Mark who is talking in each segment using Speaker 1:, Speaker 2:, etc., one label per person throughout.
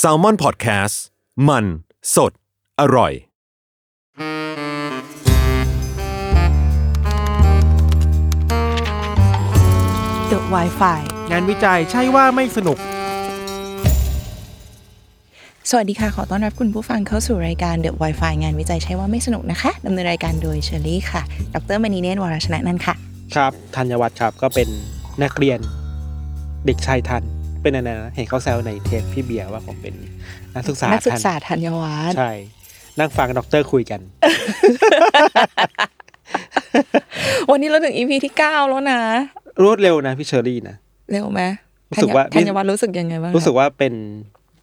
Speaker 1: s a l ม o n PODCAST มันสดอร่อย
Speaker 2: The Wi-Fi
Speaker 3: งานวิจัยใช่ว่าไม่สนุก
Speaker 2: สวัสดีค่ะ ขอต้อนรับคุณผู้ฟังเข้าสู่รายการ The Wi-Fi งานวิจัยใช่ว่าไม่สนุกนะคะดำเนินรายการโดยเชอรี่ค่ะ ดรมณีเนตรวรชนะนันท์ค่ะ
Speaker 3: ครับธัญวัฒน์ครับก็เป็นนักเรียนเด็กชายทัน เป็นอะไรนะเห็นเขาแซวในเทปพี่เบียร์ว่าผมเป็นนักศึกษา
Speaker 2: นักศึกษา
Speaker 3: ทัน
Speaker 2: ธัญวัฒน์
Speaker 3: ใช่ นั่งฟังด็อกเตอร์คุยกัน
Speaker 2: วันนี้เราถึง EP ที่ 9 แล้วนะ
Speaker 3: รวดเร็วนะพี่เชอรี่นะ
Speaker 2: เร็วไหม
Speaker 3: รู้สึกว่า
Speaker 2: ธัญธัญวัฒน์รู้สึกยังไงบ้าง
Speaker 3: รู้สึกว่าเป็น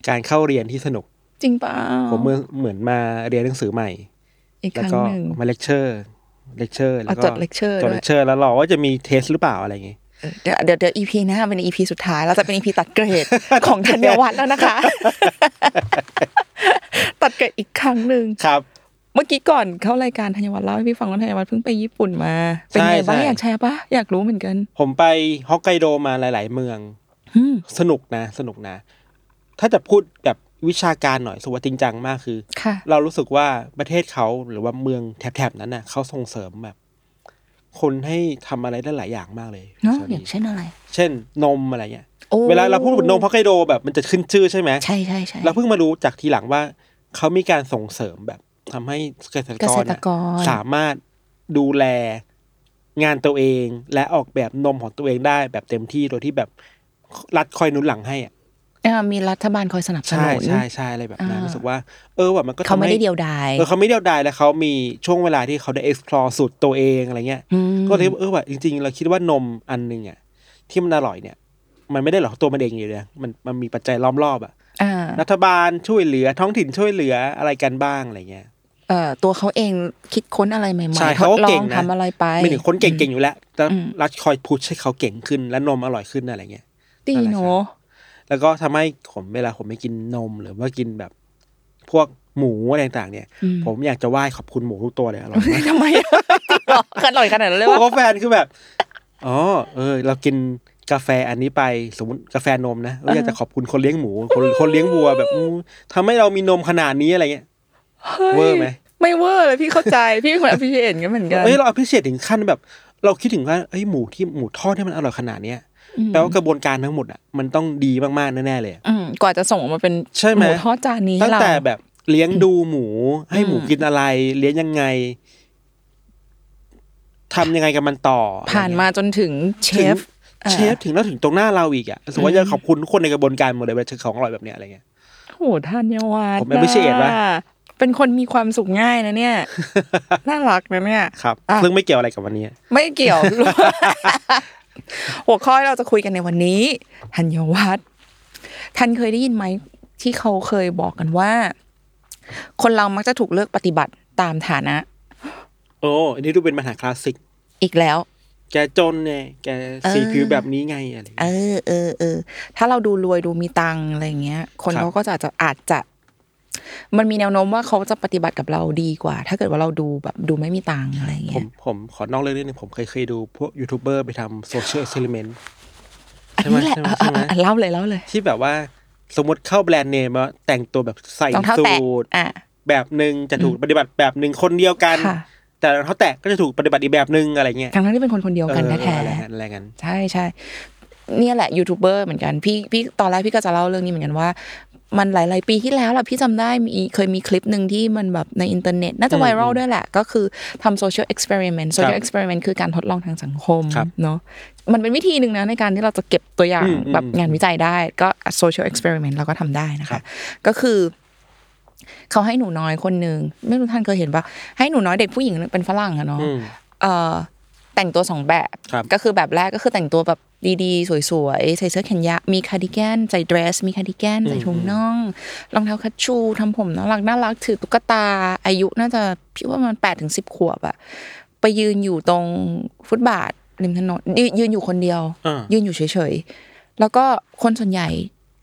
Speaker 3: การเข้าเรียนที่สนุก
Speaker 2: จริงเปล่า
Speaker 3: ผมเหมือนเหมือนมาเรียนหนังสือใหม่
Speaker 2: อีกค
Speaker 3: แล้ว
Speaker 2: รั้ง
Speaker 3: ก็
Speaker 2: หนึ่ง
Speaker 3: มาเลคเชอร์เลคเชอร์แล้วก็
Speaker 2: อ๋อจด lecture
Speaker 3: จ
Speaker 2: ด้
Speaker 3: ด
Speaker 2: วย
Speaker 3: เลคเชอร์แล้วรอว่าจะมีเทสหรือเปล่าอะไรอย่างงี้
Speaker 2: เออเดี๋ยวเดี๋ยวเดี๋ยว EP หน้าเป็น EP สุดท้ายเราจะเป็น EP ตัดเกรด ของธัญวัฒน์แล้ว นะคะ ตัดเกรดอีกครั้งหนึ่ง
Speaker 3: ครับ
Speaker 2: เมื่อกี้ก่อนเข้ารายการธัญวัฒน์เล่าให้พี่ฟังว่าธัญวัฒน์เพิ่งไปญี่ปุ่นมา
Speaker 3: ใช่
Speaker 2: เป็นไงบ้าง
Speaker 3: ใช่
Speaker 2: อยากแชร์ปะอยากรู้เหมือนกัน
Speaker 3: ผมไปฮอกไกโดมาหลาย ๆ เมือง
Speaker 2: อืม
Speaker 3: สนุกนะ สนุกนะ ถ้าจะพูดแบบวิชาการหน่อยสุวัจริงจังมากคือ
Speaker 2: ค่ะ
Speaker 3: เรารู้สึกว่าประเทศเขาหรือว่าเมืองแถบๆนั้นน่ะเขาส่งเสริมแบบ คนให้ทำอะไรได้หลายอย่างมากเลย
Speaker 2: เนาะ
Speaker 3: ชอ
Speaker 2: อ
Speaker 3: รี่
Speaker 2: ย่างเช่นอะไร
Speaker 3: เช่น นมอะไรเงี้ย
Speaker 2: โอ้
Speaker 3: เวลาเราพูดถึงนมฮอกไกโดแบบมันจะขึ้นชื่อใช่ไหม
Speaker 2: ใช่ใช่ใช่
Speaker 3: เราเพิ่งมารู้จากทีหลังว่าเขามีการส่งเสริมแบบทำให้เกษตร
Speaker 2: เก
Speaker 3: ก
Speaker 2: ษ
Speaker 3: ร
Speaker 2: ตร
Speaker 3: น่ะ
Speaker 2: กร
Speaker 3: สามารถดูแลงานตัวเองและออกแบบนมของตัวเองได้แบบเต็มที่โดยที่แบบรัดคอยหนุนหลังให้อะ
Speaker 2: อ่ามีรัฐบาลคอยสนับส
Speaker 3: ใช่
Speaker 2: นุน
Speaker 3: ใช่ใช่อะไรแบบนั้น
Speaker 2: อ่ารู้
Speaker 3: รู้สึกว่า เออว่ามันก็
Speaker 2: เขา
Speaker 3: ทำ
Speaker 2: ไม่
Speaker 3: ให้
Speaker 2: ได้เดียวดาย
Speaker 3: เออเขาไม่เดียวดายแล้วเขามีช่วงเวลาที่เขาได้ explore สุดตัวเองอะไรเงี้ย
Speaker 2: ม
Speaker 3: ก็เลยเออว่าจริง ๆ เราคิดว่านมอันหนึงอ่ะที่มันอร่อยเนี่ย มันไม่ได้หรอกตัวมันเองอยู่เลยมันมันมีปัจจัยล้อมรอบอ่ะ
Speaker 2: อ่า
Speaker 3: รัฐบาลช่วยเหลือท้องถิ่นช่วยเหลืออะไรกันบ้างอะไรเงี้ย
Speaker 2: เอ่อตัวเขาเองคิดค้นอะไรใหม่
Speaker 3: ใช่
Speaker 2: ๆท
Speaker 3: เขา
Speaker 2: ด
Speaker 3: ก็
Speaker 2: ลอ
Speaker 3: เก่
Speaker 2: ง
Speaker 3: งนะ
Speaker 2: ทำอะไรไป
Speaker 3: มีถึงคนเก่งๆอยู่แล้วแต่
Speaker 2: อืม
Speaker 3: รัฐคอยพุชให้เขาเก่งขึ้นและนมอร่อยขึ้นอะไรเงี้ย
Speaker 2: ดี
Speaker 3: อะไร
Speaker 2: เนอะ
Speaker 3: แล้วก็ทำให้ผมเวลาผมไม่กินนมหรือว่ากินแบบ พวกหมูอะไรต่างๆเนี่ย
Speaker 2: อืม
Speaker 3: ผมอยากจะไหว้ขอบคุณหมูทุกตัวเลยอร่อย มาก
Speaker 2: ทำไมอะจริงเหรออร่อยขนาดนั้นเลย
Speaker 3: พว
Speaker 2: วะ
Speaker 3: กเขาแฟนคือแบบ อ๋อ เออ เรากินกาแฟอันนี้ไป สมมติกาแฟนมนะเราอยากจะขอบคุณคนเลี้ยงหมู คนคนเลี้ยงวัวแบบอู้ทำให้เรามีนมขนาดนี้อะไรเงี้ย
Speaker 2: ฮ้ย
Speaker 3: เวอร์ไหม
Speaker 2: ไม่เวอร์เลยพี่เข้าใจพี่เป็นคนอภิเษกกันเหมือนกัน
Speaker 3: เอ้ย เราอภิเษกถึงขั้นแบบ เราคิดถึงว่าเอ้ย หมูที่หมูทอดที่มันอร่อยขนาดเนี้ย
Speaker 2: อืม
Speaker 3: แปลว่ากระบวนการทั้งหมดอ่ะ มันต้องดีมากๆแน่ๆเลยอะ
Speaker 2: อืมกว่าจะส่งออกมาเป็น
Speaker 3: ใช่ไหม
Speaker 2: มูทอดจานนี้
Speaker 3: ตั้ง
Speaker 2: ให้เรา
Speaker 3: แต่แบบเลี้ยงดูหมู ให้หมู
Speaker 2: อืม
Speaker 3: กินอะไร เลี้ยงยังไงทำยังไงกับมันต่ออะไรเงี้ย
Speaker 2: ผ่านมาจนถึงเช
Speaker 3: ถึง
Speaker 2: ฟอ่า
Speaker 3: เชฟถึงแล้วถึงตรงหน้าเราอีกอ่ะรู้สมมติ
Speaker 2: อื
Speaker 3: ว่าม จะขอบคุณทุกคนในกระบวนการหมดเลยเวลาเจอของอร่อยแบบเนี้ยอะไรเงี้ย
Speaker 2: โหทานยวัฒน์
Speaker 3: ผม appreciate
Speaker 2: นะ
Speaker 3: ปะ
Speaker 2: เป็นคนมีความสุขง่ายนะเนี่ย น่ารักนะเนี่ย
Speaker 3: ครับ
Speaker 2: อ่ะ
Speaker 3: ซึ่งไม่เกี่ยวอะไรกับวันนี้
Speaker 2: ไม่เกี่ยว หัวข้อที่เราจะคุยกันในวันนี้ธัญวัฒน์ท่านเคยได้ยินไหมที่เขาเคยบอกกันว่า คนเรามักจะถูกเลือกปฏิบัติตามฐานะ
Speaker 3: โอ้อันนี้ดูเป็นปัญหาคลาสสิก
Speaker 2: อีกแล้ว
Speaker 3: แกจนไงแกสีผิวแบบนี้ไงอะไร
Speaker 2: เอ
Speaker 3: เงี้
Speaker 2: อ
Speaker 3: ย
Speaker 2: เออเออถ้าเราดูรวยดูมีตังค์อะไรอย่างเงี้ย คน
Speaker 3: ครับ
Speaker 2: เขาก็จะอาจจะอาจจะ มันมีแนวโน้มว่าเขาจะปฏิบัติกับเราดีกว่า ถ้าเกิดว่าเราดูแบบดูไม่มีตังค์อะไรอย่าง
Speaker 3: ผ
Speaker 2: เงี้
Speaker 3: ม
Speaker 2: ย
Speaker 3: ผมขอนอกเรื่องนิดนึงผมเคยเคยดูพวกยูทูบเบอร์ไปทำโซเชียลเอ็กซ์เพร์เมนต์
Speaker 2: อันนี้แหละ
Speaker 3: ใช่ไหม
Speaker 2: เออ
Speaker 3: ใช่ไหม
Speaker 2: เออเออเล่าเลยเล่าเลย
Speaker 3: ที่แบบว่าสมมติเข้าแบรนด์เนมแล้วแต่งตัวแบบใส่
Speaker 2: รองเท้า
Speaker 3: สู
Speaker 2: แตะ
Speaker 3: ท
Speaker 2: อ่ะ
Speaker 3: แบบหนึ่งจะถูก
Speaker 2: อืม
Speaker 3: ปฏิบัติแบบหนึ่งคนเดียวกัน
Speaker 2: ค่ะ
Speaker 3: แต่รองเท้าแตะก็จะถูกปฏิบัติอีกแบบหนึ่งอะไรเงี้ย
Speaker 2: ทั้งๆที่เป็นคนคนเดียวกัน
Speaker 3: เออ
Speaker 2: แท้
Speaker 3: อะไรเงี้ยอะไรเงี้ย
Speaker 2: ๆใช่ใช่เนี่ยแหละยูทูบเบอร์เหมือนกันพี่พี่ตอนแรกพี่ก็จะเล่าเรื่องนี้เหมือนกันว่า มันหลาย ๆ ปีที่แล้วล่ะพี่จำได้มีเคยมีคลิปหนึ่งที่มันแบบในอินเทอร์เน็ตน่าจะ
Speaker 3: อืม
Speaker 2: ไวรัลด้วยแหละ ก็คือทำโซเชียลเอ็กซ์เพร์เมนต์โซเชียล
Speaker 3: ครั
Speaker 2: เอ็
Speaker 3: บ
Speaker 2: กซ์เพร์เมนต์คือการทดลองทางสังคม
Speaker 3: ครับ
Speaker 2: เนาะมันเป็นวิธีหนึ่งนะในการที่เราจะเก็บตัวอย่าง
Speaker 3: อืมอืม
Speaker 2: แบบงานวิจัยได้ ก็โซเชียลเอ็กซ์เพร์เมนต์เราก็ทำได้นะ
Speaker 3: ครั
Speaker 2: คะ
Speaker 3: บ
Speaker 2: ก็คือ เขาให้หนูน้อยคนหนึ่งไม่รู้ท่านเคยเห็นปะให้หนูน้อยเด็กผู้หญิงเป็นฝรั่งอะเนาะ
Speaker 3: อืม
Speaker 2: เอ่อแต่งตัวสองแบบ
Speaker 3: ครับ
Speaker 2: ก็คือแบบแรกก็คือแต่งตัวแบบดีๆ สวยๆ ใส่เสื้อแขนยาวมีคาร์ดิแกนใส่เดรส มีคาร์ดิแกนใส่
Speaker 3: อืม
Speaker 2: ถุงน่องรองเท้าคัชชูทำผมน่ารักน่ารักถือตุ๊กตาอายุน่าจะพี่ว่ามันแปดถึงสิบขวบอะไปยืนอยู่ตรงฟุตบาทริมถนนยืนยืนอยู่คนเดียว
Speaker 3: อ่า
Speaker 2: ยืนอยู่เฉยๆ แล้วก็คนส่วนใหญ่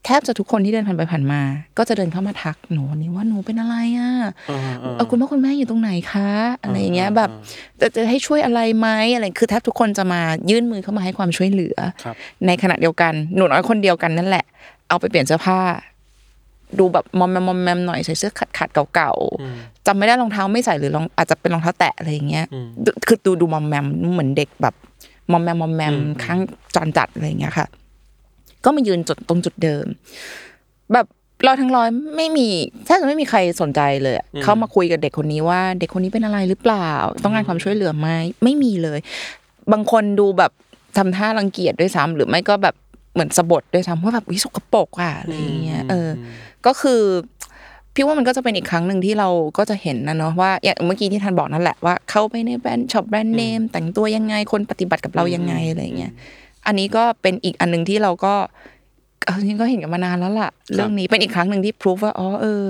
Speaker 2: แทบจะทุกคนที่เดินผ่านไปผ่านมา ก็จะเดินเข้ามาทักหนูวันนี้ว่าหนูเป็นอะไรอะ
Speaker 3: อ่าอ่า
Speaker 2: เออคุณพ่อคุณแม่อยู่ตรงไหนคะอะไรอย่างเงี้ยแบบ
Speaker 3: อ่า
Speaker 2: จะจะให้ช่วยอะไรไหมอะไร คือแทบทุกคนจะมายื่นมือเข้ามาให้ความช่วยเหลือ
Speaker 3: ครับ
Speaker 2: ในขณะเดียวกัน หนูน้อยคนเดียวกันนั่นแหละ เอาไปเปลี่ยนเสื้อผ้า ดูแบบมอมแมมมอมแมมหน่อยใส่เสื้อขัดขัดๆเก่า
Speaker 3: อืม
Speaker 2: ๆจำไม่ได้รองเท้าไม่ใส่หรือรองอาจจะเป็นรองเท้าแตะอะไรอย่างเงี้ย
Speaker 3: อืม
Speaker 2: ดูคือดูดูมอมแมมเหมือนเด็กแบบมอมแมมมอมแมม
Speaker 3: อืม
Speaker 2: ข้างจอนจัดอะไรอย่างเงี้ยค่ะ ก็มายืนจุดตรงจุดเดิม แบบเราทั้งร้อยไม่มีแทบจะไม่มีใครสนใจเลยอะ
Speaker 3: อืม
Speaker 2: เขามาคุยกับเด็กคนนี้ว่า เด็กคนนี้เป็นอะไรหรือเปล่า ต้องการความช่วยเหลือไหมไม่มีเลย บางคนดูแบบทำท่ารังเกียจด้วยซ้ำหรือไม่ก็แบบเหมือนสะบดด้วยซ้ำว่าแบบวิสกปรกอ่ะอะไรอย่างเงี้ยเอออ
Speaker 3: ม
Speaker 2: ก็คือพี่ว่ามันก็จะเป็นอีกครั้งหนึ่งที่เราก็จะเห็นนะเนาะว่าอย่างเมื่อกี้ที่ท่านบอกนั่นแหละว่าเข้าไปในแบรนด์ช็อปแบรนด์เนมแต่งตัวยังไงคนปฏิบัติกับเรายังไงอะไรอย่างเงี้ยอันนี้ก็เป็นอีกอันหนึ่งที่เราก็เอาจริงๆก็เห็นกันมานานแล้วล่ะ เรื่องนี้เป็นอีกครั้งหนึ่งที่พิสูจว่าอ๋อเออ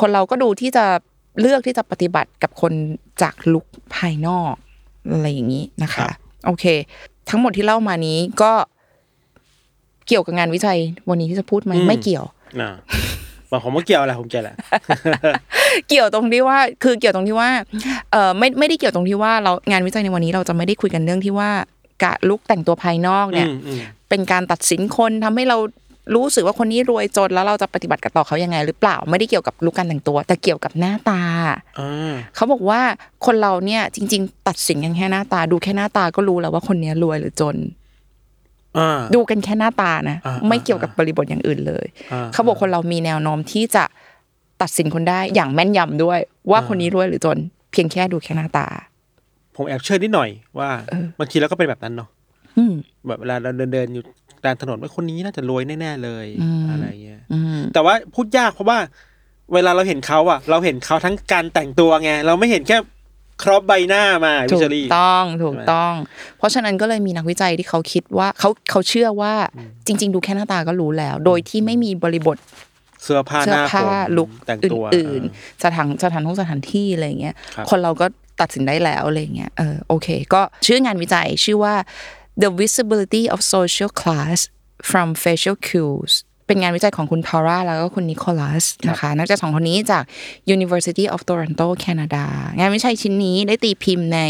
Speaker 2: คนเราก็ดูที่จะเลือกที่จะปฏิบัติกับคนจากลุกภายนอกอะไรอย่างนี้นะ
Speaker 3: ครั
Speaker 2: คะ
Speaker 3: บ
Speaker 2: โอเค ทั้งหมดที่เล่ามานี้ก็เกี่ยวกับงานวิจัยวันนี้ที่จะพูดไหมไม่เกี่ยว
Speaker 3: น่ะบางผมก็เกี่ยวอะไรผมเกี่ยวแหละ
Speaker 2: เกี่ยวตรงที่ว่าคือเกี่ยวตรงที่ว่าเออไม่ไม่ได้เกี่ยวตรงที่ว่าเรางานวิจัยในวันนี้เราจะไม่ได้คุยกันเรื่องที่ว่าการลุกแต่งตัวภายนอกเนี่ย
Speaker 3: อืมอืม
Speaker 2: เป็นการตัดสินคนทำให้เรารู้สึกว่าคนนี้รวยจนแล้วเราจะปฏิบัติกับต่อเขายังไง หรือเปล่าไม่ได้เกี่ยวกับลุกการแต่งตัว แต่เกี่ยวกับหน้าตา
Speaker 3: อ่า
Speaker 2: เขาบอกว่าคนเราเนี่ยจริง ๆ ตัดสินกันแค่หน้าตา ดูแค่หน้าตาก็รู้แล้วว่าคนเนี้ยรวยหรือจน
Speaker 3: อ่า
Speaker 2: ดูกันแค่หน้าตานะ
Speaker 3: อ่า
Speaker 2: ไม่เกี่ยวกับบริบทอย่างอื่นเลย
Speaker 3: อ่
Speaker 2: เขาบอกคนเรามีแนวโน้มที่จะตัดสินคนได้อย่างแม่นยำด้วย ว่าคนนี้รวยหรือจน เพียงแค่ดูแค่หน้าตา
Speaker 3: ผมแอบเชื่อนิดหน่อยว่า
Speaker 2: เออ
Speaker 3: บางทีเราก็เป็นแบบนั้นเนาะ
Speaker 2: อืม
Speaker 3: แบบเวลาเราเดินเดินๆอยู่กลางถนนว่าคนนี้น่าจะรวยแน่ๆเลย
Speaker 2: อืม
Speaker 3: อะไรเงี้ย
Speaker 2: อืม
Speaker 3: แต่ว่าพูดยากเพราะว่า เวลาเราเห็นเขาอะเราเห็นเขาทั้งการแต่งตัวไง เราไม่เห็นแค่ครอบใบหน้ามาวิ
Speaker 2: ถู
Speaker 3: ช
Speaker 2: ก
Speaker 3: ลี
Speaker 2: ต้องถูกต้อง เพราะฉะนั้นก็เลยมีนักวิจัยที่เขาคิดว่าเขาเขาเชื่อว่าจริง ๆ ดูแค่หน้าตาก็รู้แล้ว โดยที่ไม่มีบริบท
Speaker 3: เสื้อผ้า
Speaker 2: เสื้
Speaker 3: ห
Speaker 2: อ
Speaker 3: น้า
Speaker 2: ผ้า
Speaker 3: ผม
Speaker 2: ลุก
Speaker 3: แต่ง
Speaker 2: อ
Speaker 3: ตัว
Speaker 2: ื่นๆสถานสถานท่องสถานที่อะไรอย่างเงี้ย
Speaker 3: ครับ
Speaker 2: คนเราก็ตัดสินได้แล้วอะไรอย่างเงี้ยเออโอเค ก็ชื่องานวิจัยชื่อว่า the visibility of social class from facial cues เป็นงานวิจัยของคุณพาราแล้วก็คุณนิโคลัสนะคะนักจัดสองคนนี้จาก University of Toronto แคนาดางานวิจัยชิ้นนี้ได้ตีพิมพ์ใน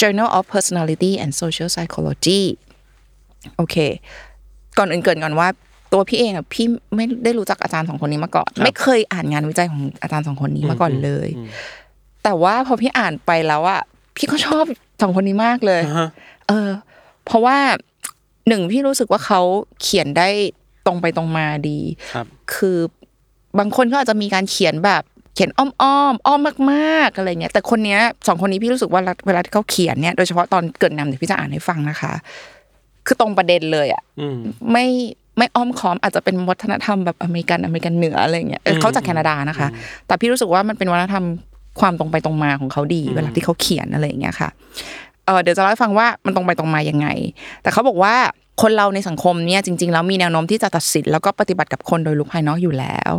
Speaker 2: Journal of Personality and Social Psychology โอเค ก่อนอื่นเกรินก่อนว่าตัวพี่เองอ่ะพี่ไม่ได้รู้จักอาจารย์สองคนนี้มาก่อน ไม่เคยอ่านงานวิจัยของอาจารย์สองคนนี้มาก่อนเลย แต่ว่าพอพี่อ่านไปแล้วอ่ะพี่ก็ชอบสองคนนี้มากเลย
Speaker 3: อ่าฮะ
Speaker 2: เออเพราะว่าหนึ่งพี่รู้สึกว่าเขาเขียนได้ตรงไปตรงมาดี
Speaker 3: ครับ
Speaker 2: คือบางคนก็อาจจะมีการเขียนแบบเขียนอ้อมๆอ้อมมากๆอะไรเงี้ยแต่คนเนี้ยสองคนนี้พี่รู้สึกว่าเวลาที่เขาเขียนเนี่ยโดยเฉพาะตอนเกิดนำเดี๋ยวพี่จะอ่านให้ฟังนะคะ คือตรงประเด็นเลยอ่ะ
Speaker 3: อืม
Speaker 2: ไม่ไม่อ้อมค้อมอาจจะเป็นวัฒนธรรมแบบอเมริกันอเมริกันเหนืออะไรเงี้ยเออ
Speaker 3: อืม
Speaker 2: เขาจากแคนาดานะคะ แต่พี่รู้สึกว่ามันเป็นวัฒนธรรมความตรงไปตรงมาของเขาดี เวลาที่เขาเขียนอะไรอย่างเงี้ยค่ะเออเดี๋ยวจะเล่าให้ฟังว่ามันตรงไปตรงมายังไง แต่เขาบอกว่าคนเราในสังคมเนี่ยจริง ๆ แล้วมีแนวโน้มที่จะตัดสินแล้วก็ปฏิบัติกับคนโดยลุกภายนอกอยู่แล้ว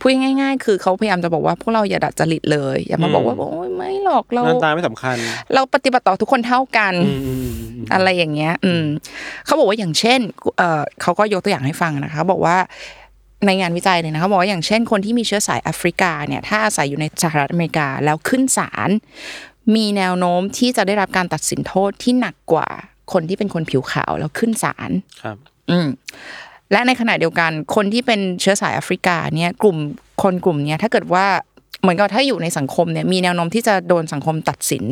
Speaker 2: พูดง่าย ๆ คือเขาพยายามจะบอกว่าพวกเราอย่าดัดจริตเลยอย่ามา
Speaker 3: อืม
Speaker 2: บอกว่าโอ๊ยไม่หรอกเรา
Speaker 3: หน้าตาไม่สำคัญ
Speaker 2: เราปฏิบัติต่อทุกคนเท่ากัน
Speaker 3: อืมอืมอืมอืม
Speaker 2: อะไรอย่างเงี้ย อืม เขาบอกว่าอย่างเช่น เอ่อเขาก็ยกตัวอย่างให้ฟังนะคะบอกว่าในงานวิจัยเลยนะเขาบอกว่าอย่างเช่น คนที่มีเชื้อสายแอฟริกาเนี่ย ถ้าอาศัยอยู่ในสหรัฐอเมริกาแล้วขึ้นศาล มีแนวโน้มที่จะได้รับการตัดสินโทษที่หนักกว่าคนที่เป็นคนผิวขาวแล้วขึ้นศาล
Speaker 3: ครับ
Speaker 2: อืมและในขณะเดียวกันคนที่เป็นเชื้อสายแอฟริกาเนี่ยกลุ่มคนกลุ่มเนี้ยถ้าเกิดว่าเหมือนกับถ้าอยู่ในสังคมเนี่ยมีแนวโน้มที่จะโดนสังคมตัดสิน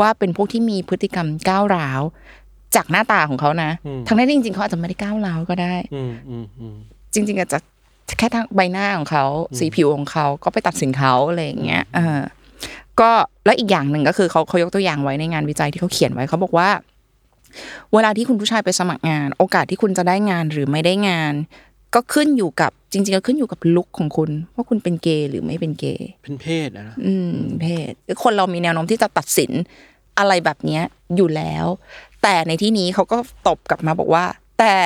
Speaker 2: ว่าเป็นพวกที่มีพฤติกรรมก้าวร้าว จากหน้าตาของเขานะ
Speaker 3: อืม
Speaker 2: ทั้งนั้นที่จริงๆเขาอาจจะไม่ได้ก้าวร้าวก็ได้
Speaker 3: อืมอืมอืม
Speaker 2: จริง ๆอาจจะแค่ทางใบหน้าของเขาสีผิวของเขาก็ไปตัดสินเขาอะไรอย่างเงี้ยเออก็แล้วอีกอย่างหนึ่งก็คือเขาเขายกตัวอย่างไว้ในงานวิจัยที่เขาเขียนไว้เขาบอกว่า เวลาที่คุณผู้ชายไปสมัครงาน โอกาสที่คุณจะได้งานหรือไม่ได้งาน ก็ขึ้นอยู่กับจริงๆก็ขึ้นอยู่กับลุคของคุณ ว่าคุณเป็นเกย์หรือไม่เป็นเกย์
Speaker 3: เป็นเพศอะนะ
Speaker 2: อืม เพศคนเรามีแนวโน้มที่จะตัดสินอะไรแบบเนี้ยอยู่แล้ว แต่ในที่นี้เขาก็ตอบกลับมาบอกว่า แต่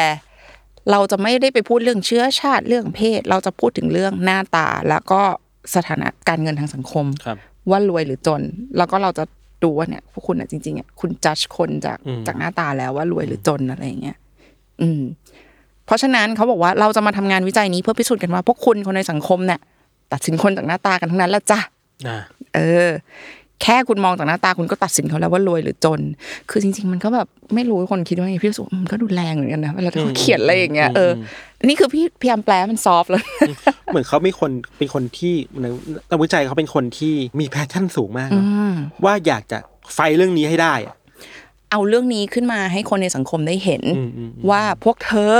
Speaker 2: เราจะไม่ได้ไปพูดเรื่องเชื้อชาติเรื่องเพศ เราจะพูดถึงเรื่องหน้าตา แล้วก็สถานะการเงินทางสังคม
Speaker 3: ครับ
Speaker 2: ว่ารวยหรือจน แล้วก็เราจะดูว่าเนี่ยพวกคุณอ่ะจริงๆอ่ะคุณจัดคนจาก
Speaker 3: อืม
Speaker 2: จากหน้าตาแล้วว่ารวยหรือจนอะไรอย่างเงี้ยอืม เพราะฉะนั้นเขาบอกว่าเราจะมาทำงานวิจัยนี้เพื่อพิสูจน์กันว่าพวกคุณคนในสังคมเนี่ยตัดสินคนจากหน้าตากันทั้งนั้นแหละจ้ะ
Speaker 3: นะ
Speaker 2: เออ แค่คุณมองจากหน้าตาคุณก็ตัดสินเขาแล้วว่ารวยหรือจน คือจริง ๆ มันก็แบบไม่รู้คนคิดว่าไงพี่รู้สึกว่ามันก็ดูแรงเหมือนกันนะเวลาที่เขาเขียนอะไรอย่างเงี้ยเอออนี่คือพี่พยายามแปลให้มันซอฟต์ แล้ว
Speaker 3: เหมือนเขาไม่คนเป็นคนที่ในนักวิจัยเขาเป็นคนที่มีแพชชั่นสูงมากเนอะว่าอยากจะไฟเรื่องนี้ให้ได้อะ
Speaker 2: เอาเรื่องนี้ขึ้นมาให้คนในสังคมได้เห็น
Speaker 3: อืมอืมอืม
Speaker 2: ว่าพวกเธอ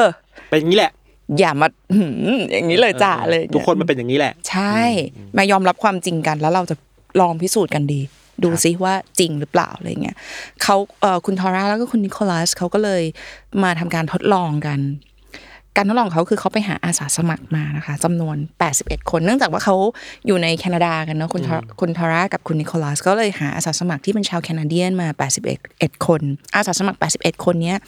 Speaker 3: เป็นอย่างนี้แหละ
Speaker 2: อย่ามาหืมอย่างนี้เลยจ้าเลย
Speaker 3: ทุกคนมันเป็นอย่างนี้แหละ
Speaker 2: ใช่ มายอมรับความจริงกันแล้วเราจะลองพิสูจน์กันดี ดูซิว่าจริงหรือเปล่าอะไรเงี้ยเขาเอ่อคุณทอร่าแล้วก็คุณนิโคลัสเขาก็เลยมาทำการทดลองกัน การทดลองของเขาคือเขาไปหาอาสาสมัครมานะคะจำนวน 81 คน เนื่องจากว่าเขาอยู่ในแคนาดากันเนาะคุณทอคุณทอร่ากับคุณนิโคลัสก็เลยหาอาสาสมัครที่เป็นชาวแคนาเดียนมา 81 คน อาสาสมัคร 81 คนเนี้ย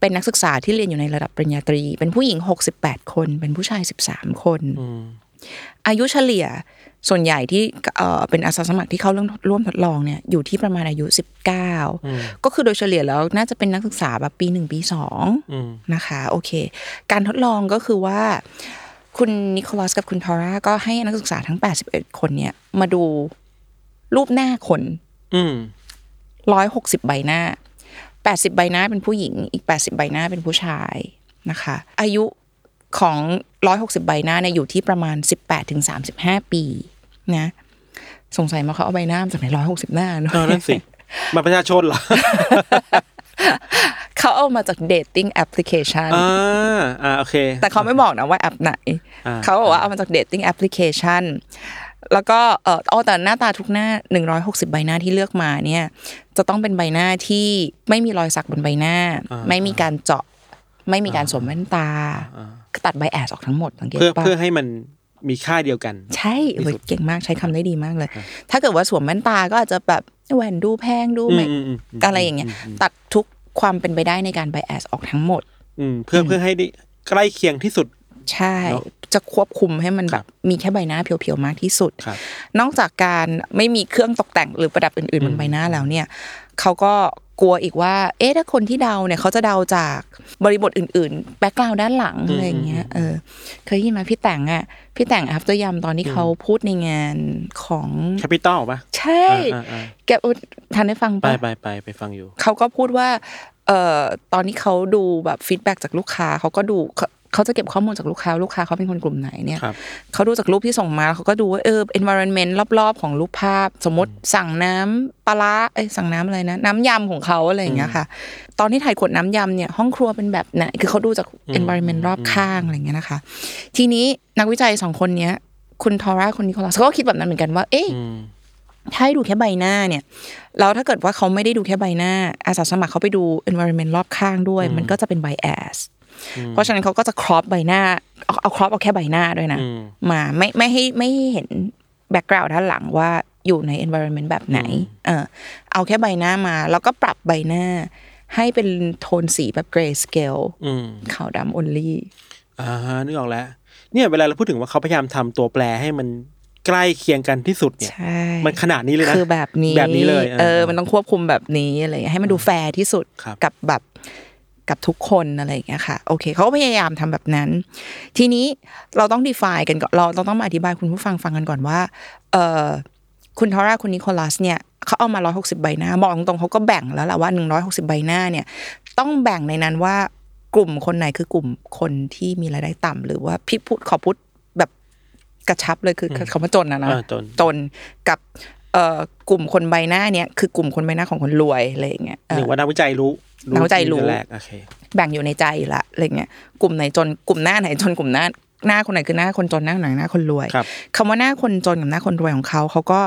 Speaker 2: เป็นนักศึกษาที่เรียนอยู่ในระดับปริญญาตรี เป็นผู้หญิง 68 คน เป็นผู้ชาย 13 คน อายุเฉลี่ยส่วนใหญ่ที่เอ่อเป็นอาสาสมัครที่เข้าร่วมร่วมทดลองเนี่ยอยู่ที่ประมาณอายุ 19 ก็คือโดยเฉลี่ยแล้วน่าจะเป็นนักศึกษาแบบปีหนึ่งปีสอง
Speaker 3: อืม
Speaker 2: นะคะโอเค การทดลองก็คือว่า คุณนิโคลัสกับคุณทอร่าก็ให้นักศึกษาทั้ง 81 คนเนี่ยมาดูรูปหน้าคน
Speaker 3: อืม
Speaker 2: ร้อยหกสิบใบหน้าแปดสิบใบหน้าเป็นผู้หญิง อีกแปดสิบใบหน้าเป็นผู้ชายนะคะ อายุของร้อยหกสิบใบหน้าเนี่ยอยู่ที่ประมาณสิบแปดถึงสามสิบห้าปีนะสงสัยมาเขาเอาใบหน้ามาจากไหนร้อยหกสิบหน้าเนอะ
Speaker 3: เออ นั่นสิมาประชาชนเหรอ
Speaker 2: เขาเอามาจากเดทติ้งแอปพลิเคชัน
Speaker 3: อ่าอ่าโอเค
Speaker 2: แต่เขาไม่บอกนะว่าแอปไหน
Speaker 3: อ่า
Speaker 2: เขาบอกว่าเอามาจากเดทติ้งแอปพลิเคชัน แล้วก็เออเอาแต่หน้าตาทุกหน้า 160 ใบหน้าที่เลือกมาเนี่ย จะต้องเป็นใบหน้าที่ไม่มีรอยสักบนใบหน้า ไม่มีการเจาะ ไม่มีการสวมแว่นตา ตัดใบแอสออกทั้งหมดสังเกต
Speaker 3: เพื่อ
Speaker 2: ปะ
Speaker 3: เพื่อให้มันมีค่าเดียวกัน
Speaker 2: ใช่เว้ยเก่งมากใช้คำได้ดีมากเลย ถ้าเกิดว่าสวมแว่นตาก็อาจจะแบบแหวนดูแพงดูไม่
Speaker 3: อืมอืมอืม
Speaker 2: อะไรอย่างเงี้ย ตัดทุกความเป็นไปได้ในการใบแอสออกทั้งหมด
Speaker 3: อืมเพื่อเพื่อให้ได้ใกล้เคียงที่สุด
Speaker 2: ใช่
Speaker 3: เนอะ
Speaker 2: จะควบคุมให้มันแบ
Speaker 3: ครับ
Speaker 2: บมีแค่ใบหน้าเพียวๆมากที่สุด
Speaker 3: ครับ
Speaker 2: นอกจากการไม่มีเครื่องตกแต่งหรือประดับอื่นๆบนใบหน้าแล้วเนี่ยเขาก็กลัวอีกว่า เอ๊ะถ้าคนที่เดาเนี่ยเขาจะเดาจากบริบทอื่นๆ แบ็กกราวด์ด้านหลังอะไรอย่างเงี้ยเออเคยได้ยินไหมพี่แต่งอ่ะพี่แต่ง after yum ตอนที่เขาพูดในงานของ
Speaker 3: แคปิตอลปะ
Speaker 2: ใช่
Speaker 3: อ่าอ่า
Speaker 2: แกอุ๊ยทันได้ฟัง
Speaker 3: ไป
Speaker 2: ปะ
Speaker 3: ไปไปไปฟังอยู่
Speaker 2: เขาก็พูดว่าเอ่อตอนนี้เขาดูแบบฟีดแบ็จากลูกค้าเขาก็ดูเขาเขาจะเก็บข้อมูลจากลูกค้าลูกค้าเขาเป็นคนกลุ่มไหนเนี่ย
Speaker 3: ครับ
Speaker 2: เขาดูจากรูปที่ส่งมาแล้วเขาก็ดูว่าเออ environment รอบ ๆ ของรูปภาพ สมมติสั่งน้ำปลาร้าเอ้ยสั่งน้ำอะไรนะ น้ำยำของเขาอะไรอย่างเงี้ยค่ะ ตอนที่ถ่ายขวดน้ำยำเนี่ยห้องครัวเป็นแบบไหนคือเขาดูจาก environment รอบข้างอะไรอย่างเงี้ยนะคะ ทีนี้นักวิจัยสองคนเนี้ย คุณทอร่าคุณนิโคลัสเขาก็คิดแบบนั้นเหมือนกันว่าเอ๊ะ
Speaker 3: อืม
Speaker 2: ถ้าให้ดูแค่ใบหน้าเนี่ยแล้วถ้าเกิดว่าเขาไม่ได้ดูแค่ใบหน้า อาสาสมัครเขาไปดู environment รอบข้างด้วย มันก็จะเป็น bias เพราะฉะนั้นเขาก็จะครอปใบหน้า เอาเอาครอปเอาแค่ใบหน้าด้วยนะ
Speaker 3: อืม
Speaker 2: มาไม่ไม่ให้ไม่ให้เห็น background ด้านหลังว่าอยู่ใน environment แบบไหน เออเอาแค่ใบหน้ามา แล้วก็ปรับใบหน้า ให้เป็นโทนสีแบบ gray scale
Speaker 3: อืม
Speaker 2: ขาวดำ only
Speaker 3: อ่านึกออกแล้ว เนี่ยเวลาเราพูดถึงว่าเขาพยายามทำตัวแปรให้มันใกล้เคียงกันที่สุดเนี่ย
Speaker 2: ใช่
Speaker 3: มันขนาดนี้เลยนะ
Speaker 2: คือแบบนี้
Speaker 3: แบบนี้เลยา
Speaker 2: เออ มันต้องควบคุมแบบนี้อะไรอย่างเงี้ยให้มันดูแฟร์ที่สุด
Speaker 3: ครับ
Speaker 2: กับแบบกับทุกคนอะไรอย่างเงี้ยค่ะ โอเคเขาก็พยายามทำแบบนั้น ทีนี้เราต้อง define กันก่อนเราเราต้องมาอธิบายคุณผู้ฟังฟังกันก่อนว่า เออคุณทอร่าคุณนิโคลัสเนี่ยเขาเอามา 160 ใบหน้าบอกตรงๆเขาก็แบ่งแล้วล่ะว่า 160 ใบหน้าเนี่ย ต้องแบ่งในนั้นว่ากลุ่มคนไหนคือกลุ่มคนที่มีรายได้ต่ำหรือว่าพี่พูดขอพูดแบบกระชับเลยคืออคำว่าจนนะนะ
Speaker 3: อ่าจน
Speaker 2: จนกับเอ่อกลุ่มคนใบหน้าเนี่ยคือกลุ่มคนใบหน้าของคนรวยอะไรอย่างเงี้ยเอ
Speaker 3: ห
Speaker 2: อ
Speaker 3: รือว่านักวิจัยรู้
Speaker 2: นักวิจัยรู้
Speaker 3: ตั้งแต่แรกโอเค
Speaker 2: แบ่งอยู่ในใจอยู่ละอะไรเงี้ยกลุ่มไหนจนกลุ่มหน้าไหนจนกลุ่มหน้าหน้าคนไหนคือหน้าคนจนหน้าไหนหน้าคนรวย
Speaker 3: ครับ
Speaker 2: คำว่าหน้าคนจนกับหน้าคนรวยของเขาเขาก็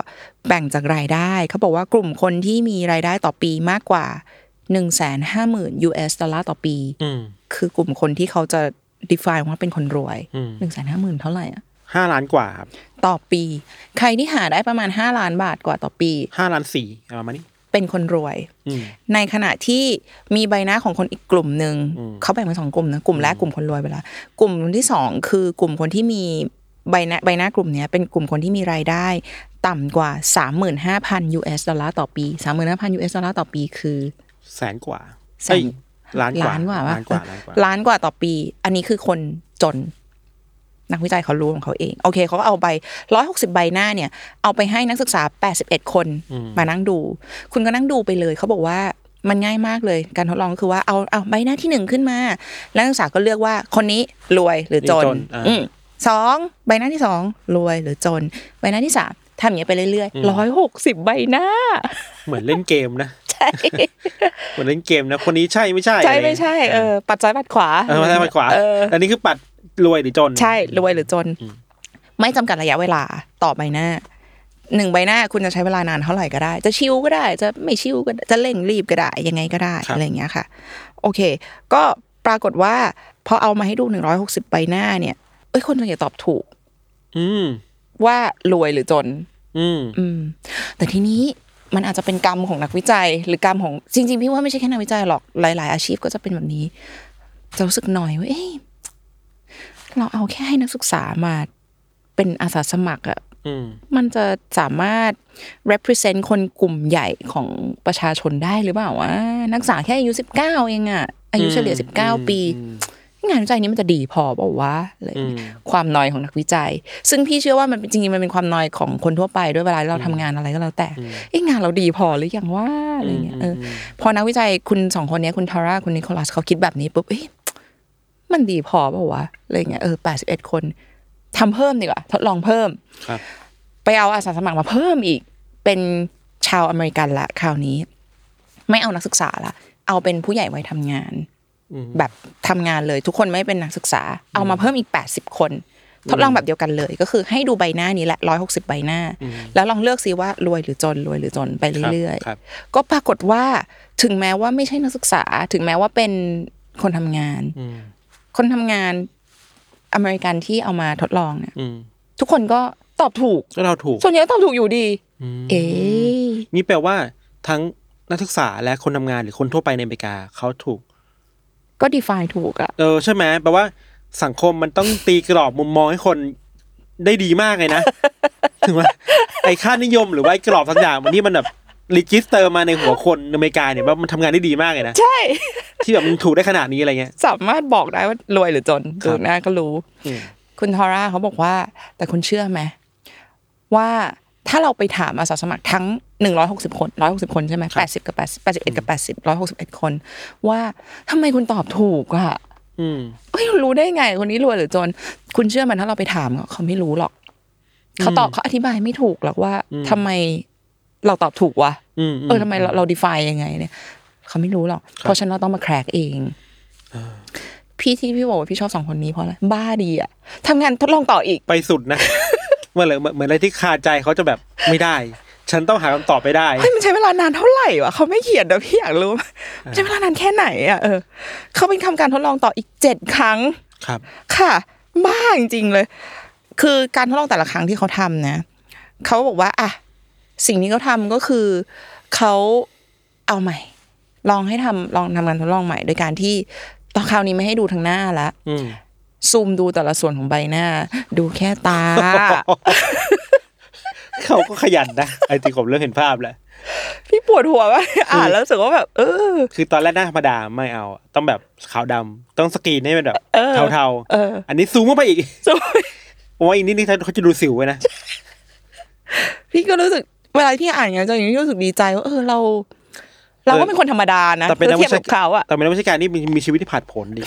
Speaker 2: แบ่งจากรายได้เขาบอกว่ากลุ่มคนที่มีรายได้ต่อปีมากกว่า1นึ0 0 0 0 US ดอลลาร์ต่อปี
Speaker 3: อืม
Speaker 2: คือกลุ่มคนที่เขาจะ define ว่าเป็นคนรวย
Speaker 3: อืม
Speaker 2: 1นึ0 0 0 0เท่าไหร่อะ
Speaker 3: ห้าล้านกว่าครับ
Speaker 2: ต่อปี ใครที่หาได้ประมาณ 5 ล้านบาทกว่าต่อปี
Speaker 3: ห้าล้านสี่เอาประมาณนี้
Speaker 2: เป็นคนรวย
Speaker 3: อืม
Speaker 2: ในขณะที่มีใบหน้าของคนอีกกลุ่มหนึ่งเขาแบ่งเป็นสองกลุ่มนะกลุ่มแรกกลุ่มคนรวยไปแล้วกลุ่มที่สองคือกลุ่มคนที่มีใบหน้าใบหน้ากลุ่มเนี้ยเป็นกลุ่มคนที่มีรายได้ ต่ำกว่า 35,000 US ดอลลาร์ต่อปี 35,000 US ดอลลาร์ต่อปีคือ
Speaker 3: แสนกว่า
Speaker 2: แสน
Speaker 3: เอ้ยล้านกว่า
Speaker 2: ล้านกว่าปะ
Speaker 3: ล้านกว่าล้านกว่า
Speaker 2: ล้านกว่าต่อปี อันนี้คือคนจน นักวิจัยเขารู้ของเขาเอง โอเคเขาก็เอาใบร้อยหกสิบใบหน้าเนี่ย เอาไปให้นักศึกษาแปดสิบเอ็ดคนมานั่งดู คุณก็นั่งดูไปเลย เขาบอกว่ามันง่ายมากเลย การทดลองก็คือว่าเอาเอาใบหน้าที่หนึ่งขึ้นมาแล้วนักศึกษาก็เลือกว่าคนนี้รวยหรือจน
Speaker 3: หรือจนอ่า
Speaker 2: อืมสองใบหน้าที่สองรวยหรือจน ใบหน้าที่สามทำอย่างนี้ยไปเรื่อยๆร้อยหกสิบใบหน้า
Speaker 3: เหมือนเล่นเกมนะ
Speaker 2: ใช่
Speaker 3: เหมือนเล่นเกมนะ คนนี้ใช่ไม่ใช่
Speaker 2: ใช่
Speaker 3: อะร
Speaker 2: ไม่ใช่เออปัดซ้ายปัดขวา
Speaker 3: เออมาทางขวา
Speaker 2: เออ
Speaker 3: อันนี้คือปัดรวยหรือจน
Speaker 2: ใช่รวยหรือจน ไม่จำกัดระยะเวลาต่อใบหน้าหนึ่งใบหน้าคุณจะใช้เวลานานเท่าไหร่ก็ได้ จะชิลก็ได้ จะไม่ชิลก็ได้จะเร่งรีบก็ได้ ยังไงก็ได้
Speaker 3: ครับ
Speaker 2: อะไรอย่างเงี้ยค่ะ โอเค ก็ปรากฏว่าพอเอามาให้ดู 160 ใบหน้าเนี่ยเอ้ยคนส่วนใหญ่ตอบถูก
Speaker 3: อืม
Speaker 2: ว่ารวยหรือจน
Speaker 3: อืม
Speaker 2: อืมแต่ทีนี้มันอาจจะเป็นกรรมของนักวิจัย หรือกรรมของจริงๆพี่ว่าไม่ใช่แค่นักวิจัยหรอกหลาย ๆ อาชีพก็จะเป็นแบบนี้ จะรู้สึกหน่อยว่าเอ้ยเราเอาแค่ให้นักศึกษามาเป็นอาสาสมัครอะ
Speaker 3: อืม
Speaker 2: มันจะสามารถ represent คนกลุ่มใหญ่ของประชาชนได้หรือเปล่าวะนักศึกษาแค่อายุ19เองอะอายุเฉลี่ย
Speaker 3: อืมอืม
Speaker 2: 19 ปี
Speaker 3: อืม
Speaker 2: งานวิจัยนี้มันจะดีพอบอกว่าวะอะไรอย่างเงี้ย
Speaker 3: อืม
Speaker 2: ความนอยของนักวิจัย ซึ่งพี่เชื่อว่ามันเป็นจริงๆมันเป็นความนอยของคนทั่วไปด้วยเวลาเราทำงานอะไรก็แล้วแต่เอ้งานเราดีพอหรือยังว่าอะไรเงี้ยเอออพอนักวิจัยคุณสองคนเนี้ยคุณทาร่าคุณนิโคลัสเขาคิดแบบนี้ปุ๊บเอ้ยมันดีพอเปล่าวะอะไรเงี้ยเออแปดสิบเอ็ดคนทำเพิ่มดีกว่าทดลองเพิ่ม
Speaker 3: ครับ
Speaker 2: ไปเอาอาสาสมัครมาเพิ่มอีก เป็นชาวอเมริกันละคราวนี้ ไม่เอานักศึกษาละเอาเป็นผู้ใหญ่วัยทำงาน แบบทำงานเลยทุกคนไม่เป็นนักศึกษา เอามาเพิ่มอีก 80 คน ทดลองแบบเดียวกันเลย ก็คือให้ดูใบหน้านี้แหละร้อยหกสิบใบหน้า แล้วลองเลือกซิว่ารวยหรือจนรวยหรือจนไป
Speaker 3: ครับ
Speaker 2: เรื่อยๆ
Speaker 3: ครับ
Speaker 2: ก็ปรากฏว่าถึงแม้ว่าไม่ใช่นักศึกษา ถึงแม้ว่าเป็นคนทำงาน
Speaker 3: อืม
Speaker 2: คนทำงานอเมริกันที่เอามาทดลองเนี่ย
Speaker 3: อืม
Speaker 2: ทุกคนก็ตอบถูก
Speaker 3: ก็เราถูก
Speaker 2: ส่วนใหญ่ก็ตอบถูกอยู่ดี เอ๊ะ
Speaker 3: นี่แปลว่าทั้งนักศึกษาและคนทำงานหรือคนทั่วไปในอเมริกาเขาถูก
Speaker 2: ก็ดีไฟถูกอะ
Speaker 3: เออใช่ไหมแปลว่าสังคมมันต้องตีกรอบมุมมองให้คนได้ดีมากเลย นะ ถึงว่าไอ้ค่านิยมหรือว่าไอ้กรอบสักอย่างมันนี่มันแบบรีจิสเตอร์มาในหัวคนอเมริกาเนี่ยว่ามันทำงานได้ดีมากเลยนะ
Speaker 2: ใช่
Speaker 3: ที่แบบมันถูกได้ขนาดนี้อะไรเงี้ย
Speaker 2: สามารถบอกได้ว่ารวยหรือจน
Speaker 3: ครับ
Speaker 2: ดูหน้าก็รู้
Speaker 3: อืม
Speaker 2: คุณทอร่าเขาบอกว่า แต่คุณเชื่อไหมว่าถ้าเราไปถามอาสาสมัครทั้ง 160 คน 160 คนใช่ไหม80 กับ 80 81 กับ 80 161 คน ว่าทำไมคุณตอบถูกอะ
Speaker 3: อืม
Speaker 2: เอ้ยรู้ได้ไง คนนี้รวยหรือจน คุณเชื่อไหมันถ้าเราไปถามอะเขาไม่รู้หรอก เขาตอบเขาอธิบายไม่ถูกหรอกว่าทำไมเราตอบถูกวะ
Speaker 3: อืม
Speaker 2: เออทำไมเราเรา define ยังไงเนี่ย เขาไม่รู้หรอก เพราะฉะนันเราต้องมาแครกเอง พี่ที่พี่บอกว่าพี่ชอบสองคนนี้เพราะอะไรบ้าดีอะทำงานทดลองต่ออีก
Speaker 3: ไปสุดนะ เหมือนเลยเหมือนอะไรที่คาใจเขาจะแบบไม่ได้ ฉันต้องหาคำตอบไปได้
Speaker 2: เฮ้ยมันใช้เวลานานเท่าไหร่วะเขาไม่เขียนเดี๋ยวพี่อยากรู้ว่ามันใช้เวลานานแค่ไหนอ่ะเออเขาเป็นทำการทดลองต่ออีกเจ็ดครั้ง
Speaker 3: ครับ
Speaker 2: ค่ะบ้าจริงๆเลย คือการทดลองแต่ละครั้งที่เขาทำนะเขาบอกว่าอ่ะสิ่งที่เขาทำก็คือเขาเอาใหม่ ลองให้ทำลองทำการทดลองใหม่ โดยการที่ตอนคราวนี้ไม่ให้ดูทางหน้าละ
Speaker 3: อืม
Speaker 2: ซูมดูแต่ละส่วนของใบหน้า ดูแค่ ตา
Speaker 3: เขาก็ขยันนะไอ้ที่ผมเริ่มเห็นภาพแล้ว
Speaker 2: พี่ปวดหัวว่ากอ่านแล้วรู้สึกว่าแบบ เออ
Speaker 3: คือตอนแรกหน้าธรรมดาไม่เอา ต้องแบบขาวดำต้องสกรีนให้มันแบบ
Speaker 2: เออ
Speaker 3: เทา
Speaker 2: เอ อ
Speaker 3: ๆ อันนี้ซูมเข้าไปอีก
Speaker 2: สวย
Speaker 3: ผมว่าอีกนิดนึงเขาจะดูสิวไว้นะ
Speaker 2: พี่ก็รู้สึกเวลาที่อ่านงานวิจัยอย่างนี้พี่รู้สึกดีใจว่าเออเรา เราก็เป็นคนธรรมดานะ
Speaker 3: แต่เป็นนัก
Speaker 2: เที
Speaker 3: วิ
Speaker 2: ยบ
Speaker 3: ชา
Speaker 2: กับเขาอ่ะ
Speaker 3: แต่เป็นนักวิชาการนี่มีมีชีวิตที่ผาดโผลดี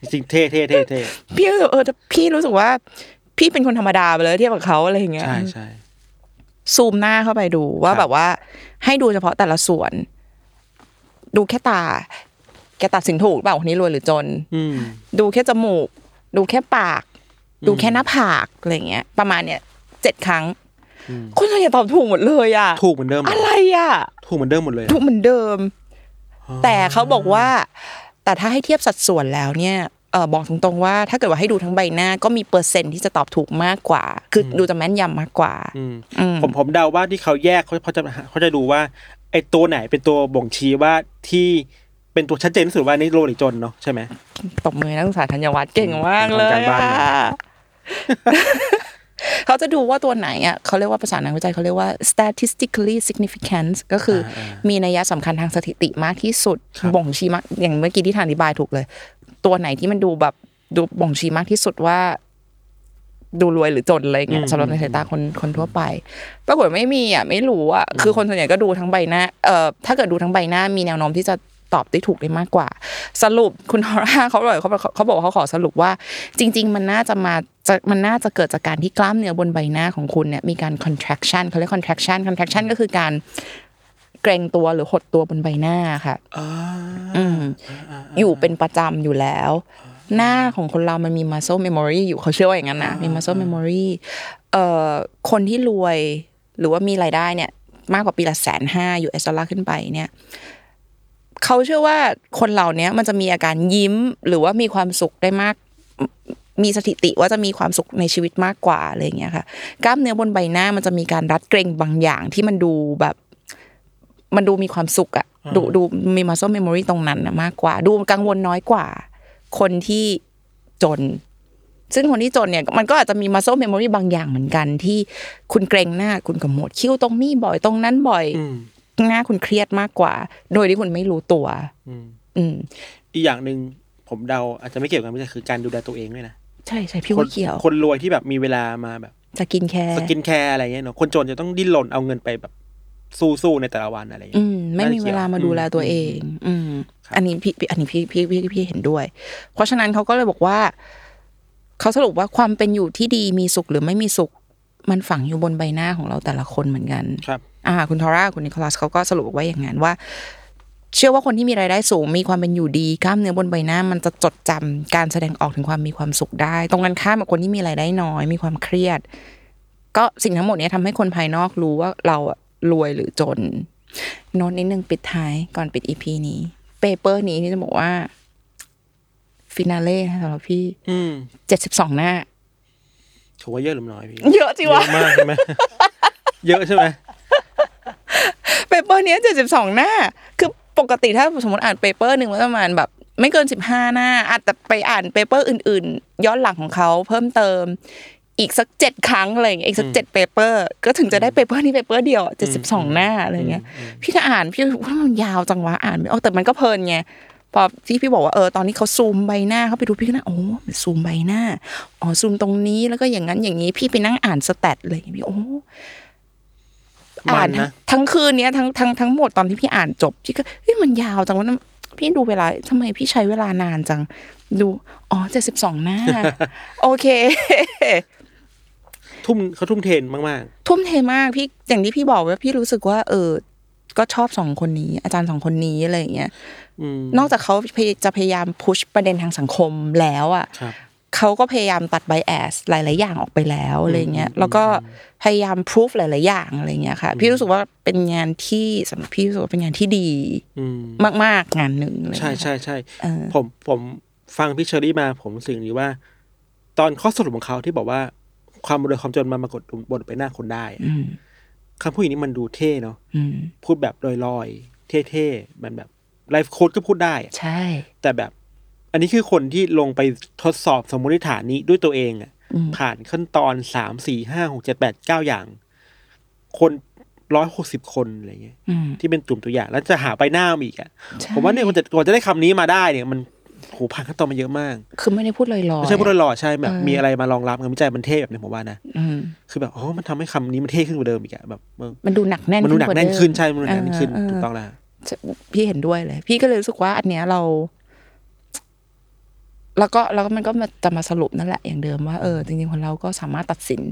Speaker 3: จริงๆเท่เท่เท่ เท่
Speaker 2: พี่รู้สึกเออแต่พี่รู้สึกว่า พี่เป็นคนธรรมดาไปเลยเทียบกับเขาอะไรอย่างเงี้ย
Speaker 3: ใช่ใช่
Speaker 2: ซูมหน้าเข้าไปดูว่า
Speaker 3: ครับ
Speaker 2: แบบว่า ให้ดูเฉพาะแต่ละส่วน ดูแค่ตา แกตัดสินถูกหรือเปล่าคนนี้รวยหรือจน
Speaker 3: อืม
Speaker 2: ดูแค่จมูก ดูแค่ปาก ดูแค่หน้าผากอะไรอย่างเงี้ย ประมาณเนี้ยเจ็ดครั้ง
Speaker 3: อืม
Speaker 2: คนส่วนใหญ่ตอบถูกหมดเลยอ่ะ
Speaker 3: ถูกเหมือนเดิมเหร
Speaker 2: อะ
Speaker 3: อ
Speaker 2: ไรอ่ะ
Speaker 3: ถูกเหมือนเดิมหมดเลย
Speaker 2: ทุกเหมือนเดิม แต่เขาบอกว่า แต่ถ้าให้เทียบสัดส่วนแล้วเนี่ยเออบอกตรงๆว่า ถ้าเกิดว่าให้ดูทั้งใบหน้าก็มีเปอร์เซ็นต์ที่จะตอบถูกมากกว่า คือดูจะแม่นยำมากกว่า
Speaker 3: อืม
Speaker 2: อืม
Speaker 3: ผมผมเดาว่าที่เขาแยกเขาเขาจะเขาจะดูว่าไอ้ตัวไหนเป็นตัวบ่งชี้ว่าที่เป็นตัวชัดเจนที่สุดว่านี่โลหรือจนเนาะใช่ไหม
Speaker 2: ตบมือนักศึกษาธัญวัฒน์เก่งมากเลย
Speaker 3: ทำการบ้าน
Speaker 2: อะ
Speaker 3: มา
Speaker 2: เขาจะดูว่าตัวไหนอ่ะเขาเรียกว่าภาษานักวิจัยเขาเรียกว่า statistically significant ก็คืออมีนัยสำคัญทางสถิติมากที่สุด บ่งชี้มากอย่างเมื่อกี้ที่ทานอธิบายถูกเลย ตัวไหนที่มันดูแบบดูบ่งชี้มากที่สุดว่า ดูรวยหรือจนอะไรอย่างเงี้ย
Speaker 3: อืม
Speaker 2: สำหรับในสายตาคนคนทั่วไป ปรากฏไม่มีอ่ะไม่รู้อ่ะคือคนส่วนใหญ่ก็ดูทั้งใบหน้าเอ่อถ้าเกิดดูทั้งใบหน้ามีแนวโน้มที่จะตอบได้ถูกได้มากกว่า สรุปคุณฮอร่าเขาบอกเขาบอกเขาบอกว่าเขาขอสรุปว่า จริง ๆ มันน่าจะมาจะมันน่าจะเกิดจากการที่กล้ามเนื้อบนใบหน้าของคุณเนี่ยมีการ contraction เขาเรียก contraction contraction ก็คือการเกรงตัวหรือหดตัวบนใบหน้าค่ะ
Speaker 3: อ่า
Speaker 2: อืมอยู่เป็นประจำอยู่แล้ว หน้าของคนเรามันมี muscle memory อยู่เขาเชื่อว่าอย่างนั้นนะมี muscle memory เอ่อคนที่รวยหรือว่ามีรายได้เนี่ย มากกว่าปีละแสนห้าอยู่เอสดอลลาร์ขึ้นไปเนี่ยเขาเชื่อว่าคนเราเนี้ยมันจะมีอาการยิ้มหรือว่ามีความสุขได้มาก มีสถิติว่าจะมีความสุขในชีวิตมากกว่าอะไรอย่างเงี้ยค่ะ กล้ามเนื้อบนใบหน้ามันจะมีการรัดเกรงบางอย่างที่มันดูแบบ มันดูมีความสุขอะดูดูมี muscle memory ตรงนั้นนะมากกว่า ดูกังวลน้อยกว่า คนที่จน ซึ่งคนที่จนเนี่ยมันก็อาจจะมี muscle memory บางอย่างเหมือนกัน ที่คุณเกรงหน้าคุณกับหมดคิ้วตรงนี้บ่อยตรงนั้นบ่อย
Speaker 3: อืม
Speaker 2: หน้าคุณเครียดมากกว่า โดยที่คุณไม่รู้ตัว
Speaker 3: อืม
Speaker 2: อืม
Speaker 3: อีกอย่างหนึ่งผมเดาอาจจะไม่เกี่ยวกันไม่ใช่คือการดูแลตัวเองด้วยนะ
Speaker 2: ใช่ใช่พี่
Speaker 3: ค
Speaker 2: ว่าน เกี่ยว
Speaker 3: คนรวยที่แบบมีเวลามาแบบ
Speaker 2: จะกินแค่
Speaker 3: สกินแคร์อะไรเงี้ยเนาะคนจนจะต้องดิ้นรนเอาเงินไปแบบสู้ๆในแต่ละวันอะไรเงี้ย
Speaker 2: อืม ไม่มีเวลามาดูแลตัวเอง อืม
Speaker 3: ครับ
Speaker 2: อันนี้พี่พี่อันนี้พี่พี่พี่พี่เห็นด้วย เพราะฉะนั้นเขาก็เลยบอกว่า เขาสรุปว่าความเป็นอยู่ที่ดีมีสุขหรือไม่มีสุข มันฝังอยู่บนใบหน้าของเราแต่ละคนเหมือนกัน
Speaker 3: ครับ
Speaker 2: อ่าคุณทอร่าคุณนิโคลัสเขาก็สรุปไว้อย่างนั้นว่า เชื่อว่าคนที่มีรายได้สูง มีความเป็นอยู่ดีกล้ามเนื้อบนใบหน้า มันจะจดจำการแสดงออกถึงความมีความสุขได้ ตรงกันข้ามกับคนที่มีรายได้น้อย มีความเครียด ก็สิ่งทั้งหมดเนี้ยทำให้คนภายนอกรู้ว่าเราอะรวยหรือจน โน้ตนิดนึงปิดท้ายก่อนปิดอีพีนี้เปเปอร์นี้ที่จะบอกว่าฟินาเล่สำหรับพี่
Speaker 3: อืม
Speaker 2: เจ็ดสิบสองหน้า
Speaker 3: ถือว่าเยอะหรือน้อยพี่
Speaker 2: เยอะจิวะ
Speaker 3: เยอะมากใช่ไห ม เยอะใช่ไหม
Speaker 2: เปเปอร์เนี้ยเจ็ดสิบสองหน้า คือปกติถ้าสมมติอ่านเปเปอร์หนึ่งมันประมาณแบบ ไม่เกินสิบห้าหน้า อาจจะไปอ่านเปเปอร์อื่น ๆ ย้อนหลังของเขาเพิ่มเติม อีกสักเจ็ดครั้งอะไรอย่างเงี้ยอีกสักเจ็ดเปเปอร์ก็ถึงจะได้เปเปอร์นี้เปเปอร์เดียวเจ็ดสิบสองหน้าอะไรอย่างเงี้ย พี่ก็อ่านพี่ว่ามันยาวจังวะอ่านไม่ออกแต่มันก็เพลินไงพอที่พี่บอกว่าเออตอนนี้เขาซูมใบหน้าเขาไปดูพี่ก็นะโอ้มันซูมใบหน้าอ๋อซูมตรงนี้แล้วก็อย่างนั้นอย่างนี้พี่ไปนั่งอ่านสแตทเลยพี่โอ้
Speaker 3: มั
Speaker 2: อ่าน
Speaker 3: นนะ
Speaker 2: ทั้งคืนเนี้ยทั้งทั้งทั้งหมดตอนที่พี่อ่านจบพี่ก็เฮ้ยมันยาวจังวะนะพี่ดูเวลาทำไมพี่ใช้เวลานานจัง ดูอ๋อเจ็ดสิบสอง หน้า โอเค
Speaker 3: ทุ่มเขาทุ่มเทนมาก
Speaker 2: ทุ่มเทมากพี่อย่างที่พี่บอกว่าพี่รู้สึกว่า เออ ก็ชอบสองคนนี้ อาจารย์สองคนนี้อะไรอย่างเงี้ย
Speaker 3: ๆ อืม
Speaker 2: นอกจากเขาพยจะพยายามพุชประเด็นทางสังคมแล้วอ่ะ
Speaker 3: ครับ
Speaker 2: เขาก็พยายามตัดไบแอสหลาย ๆ อย่างออกไปแล้วอะไรเงี้ย แล้วก็พยายามพิสูจหลาย ๆ อย่างอะไรเงี้ยค่ะ พี่รู้สึกว่าเป็นงานที่สำหรับพี่รู้สึกว่าเป็นงานที่ดี
Speaker 3: อืม
Speaker 2: มาก ๆ งานหนึ่งอะไรเลย
Speaker 3: ใช่ใช่ใช่
Speaker 2: เออ
Speaker 3: ผมผมฟังพี่เชอรี่มา ผมรู้สึกอย่างนี้ว่า ตอนข้อสรุปของเขาที่บอกว่าความรวยความจนมันมากดบนใบหน้าคนได้อะ
Speaker 2: อืม
Speaker 3: คำพูดอย่างนี้มันดูเท่เนาะ
Speaker 2: อืม
Speaker 3: พูดแบบลอยๆ เท่ๆมันแบบไลฟ์โค้ดก็พูดได้อะ
Speaker 2: ใช่
Speaker 3: แต่แบบอันนี้คือคนที่ลงไปทดสอบสมมติฐานนี้ด้วยตัวเองอะ
Speaker 2: อืม
Speaker 3: ผ่านขั้นตอนสามสี่ห้าหกเจ็ดแปดเก้าอย่าง คนร้อยหกสิบคนอะไรเงี้ย
Speaker 2: อืม
Speaker 3: ที่เป็นกลุ่มตัวอย่าง แล้วจะหาใบหน้ามาอีกอะ
Speaker 2: ใช่
Speaker 3: ผมว่าเนี่ยคนจะกว่าจะได้คำนี้มาได้เนี่ย มันโหผ่านขั้นตอนมาเยอะมาก
Speaker 2: คือไม่ได้พูดลอยๆ
Speaker 3: ไม่ใช่พูด
Speaker 2: อะ
Speaker 3: ลอยๆใช่แบบ
Speaker 2: เออ
Speaker 3: มีอะไรมารองรับงานวิจัยมันเท่แบบเนี้ผมว่านะ
Speaker 2: อืม
Speaker 3: คือแบบอ๋อมันทำให้คำนี้มันเท่ขึ้นกว่าเดิมอีกอะแบบมัน
Speaker 2: มันดูหนักแน่น
Speaker 3: มันดูหนัก
Speaker 2: กว่า
Speaker 3: แน่น
Speaker 2: เดิม
Speaker 3: ขึ้นใช่มันดูหนักแน่นขึ้น
Speaker 2: เออเออ
Speaker 3: ถูกต้องแล้ว
Speaker 2: พี่เห็นด้วยเลย พี่ก็เลยรู้สึกว่าอันเนี้ยเรา แล้วก็แล้วก็มันก็มาจะมาสรุปนั่นแหละอย่างเดิมว่าเออจริงๆคนเราก็สามารถตัดสิน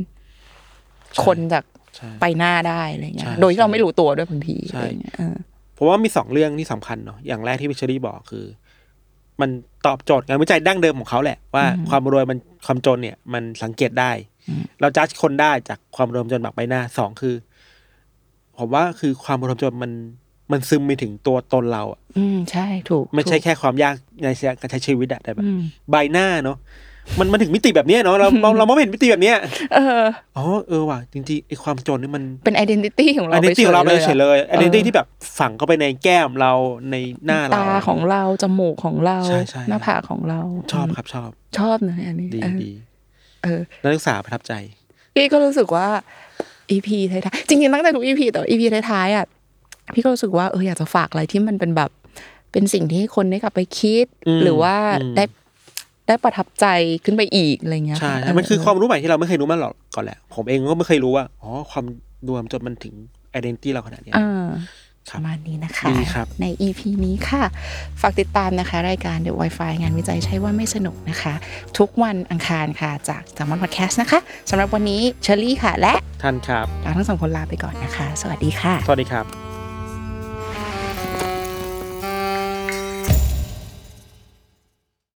Speaker 3: ใช่
Speaker 2: คนจาก
Speaker 3: ใช่
Speaker 2: ไปหน้าได้อะไรเงี้ย
Speaker 3: ใช่
Speaker 2: โดยที่เรา
Speaker 3: ใช่
Speaker 2: ไม่รู้ตัวด้วยบางทีอะ
Speaker 3: ใช่
Speaker 2: ไรเงี้ยเออ
Speaker 3: ผมว่ามีสองเรื่องที่สำคัญเนาะอย่างแรกที่พิชรี่บอกคือ มันตอบโจทย์งานวิจัยดั้งเดิมของเขาแหละว่าความรวยมันความจนเนี่ย มันสังเกตได้ เราจัดคนได้จากความรวยจนแบบใบหน้าสองคือ ผมว่าคือความรวยจนมันมันซึมไปถึงตัวตนเราอะ
Speaker 2: อืมใช่ถูก
Speaker 3: ไม่ใช่
Speaker 2: ถูก
Speaker 3: แค่ความยากในการใช้ชีวิตอะแต่แบบ
Speaker 2: อืม
Speaker 3: ใบหน้าเนาะมันมันถึงมิติแบบเนี้ยเนาะเราเราเราไม่เห็นมิติแบบเนี้ย
Speaker 2: เออ
Speaker 3: อ๋อเออว่ะจริงๆไอ้ความจนนี่มัน
Speaker 2: เป็น identity ของเรา
Speaker 3: อันนี้
Speaker 2: ไป
Speaker 3: ติของเราไป
Speaker 2: อะ
Speaker 3: เฉยเลยอันนี้
Speaker 2: เ
Speaker 3: ที่แบบฝังเข้าไปในแก้มเราในหน้าเรา
Speaker 2: ตาของเราจมูกของเรา
Speaker 3: ใช่ใช่
Speaker 2: หน้าผากของเรา
Speaker 3: ชอบครับชอบ
Speaker 2: ชอบนะอันนี้
Speaker 3: ดี
Speaker 2: เออ
Speaker 3: ดี
Speaker 2: เออ
Speaker 3: นักศึกษาประทับใจ
Speaker 2: พี่ก็รู้สึกว่า EP ท้ายๆจริงๆตั้งแต่ทุก EP แต่ว่า EP ท้ายๆอ่ะพี่ก็รู้สึกว่าเอออยากจะฝากอะไรที่มันเป็นแบบ เป็นสิ่งที่คนได้กลับไปคิด
Speaker 3: อืม
Speaker 2: หรือว่า
Speaker 3: อืม
Speaker 2: ได้ ได้ประทับใจขึ้นไปอีกอะไรเงี้ย
Speaker 3: ใช่
Speaker 2: ะ
Speaker 3: มันคือ
Speaker 2: เ
Speaker 3: ความรู้ใหม่ที่เราไม่เคยรู้มาหรอกก่อนแหละ ผมเองก็ไม่เคยรู้ว่า อ๋อ ความรวมจนมันถึง i d ด n t i t y เราขนาดเนี้ย
Speaker 2: อ่าป
Speaker 3: ครับ
Speaker 2: ระมาณนี้นะคะ
Speaker 3: ดีครับ
Speaker 2: ใน EP นี้ค่ะ ฝากติดตามนะคะ รายการ The Wi-Fi งานวิจัยใช่ว่าไม่สนุกนะคะ ทุกวันอังคารค่ะจาก s ามอนพอดแคสต์นะคะสำหรับวันนี้เชอรี่ค่ะ และ
Speaker 3: ท่านครับ
Speaker 2: เราทั้งสองคนลาไปก่อนนะคะ สวัสดีค่ะ
Speaker 3: สวัสดีครับ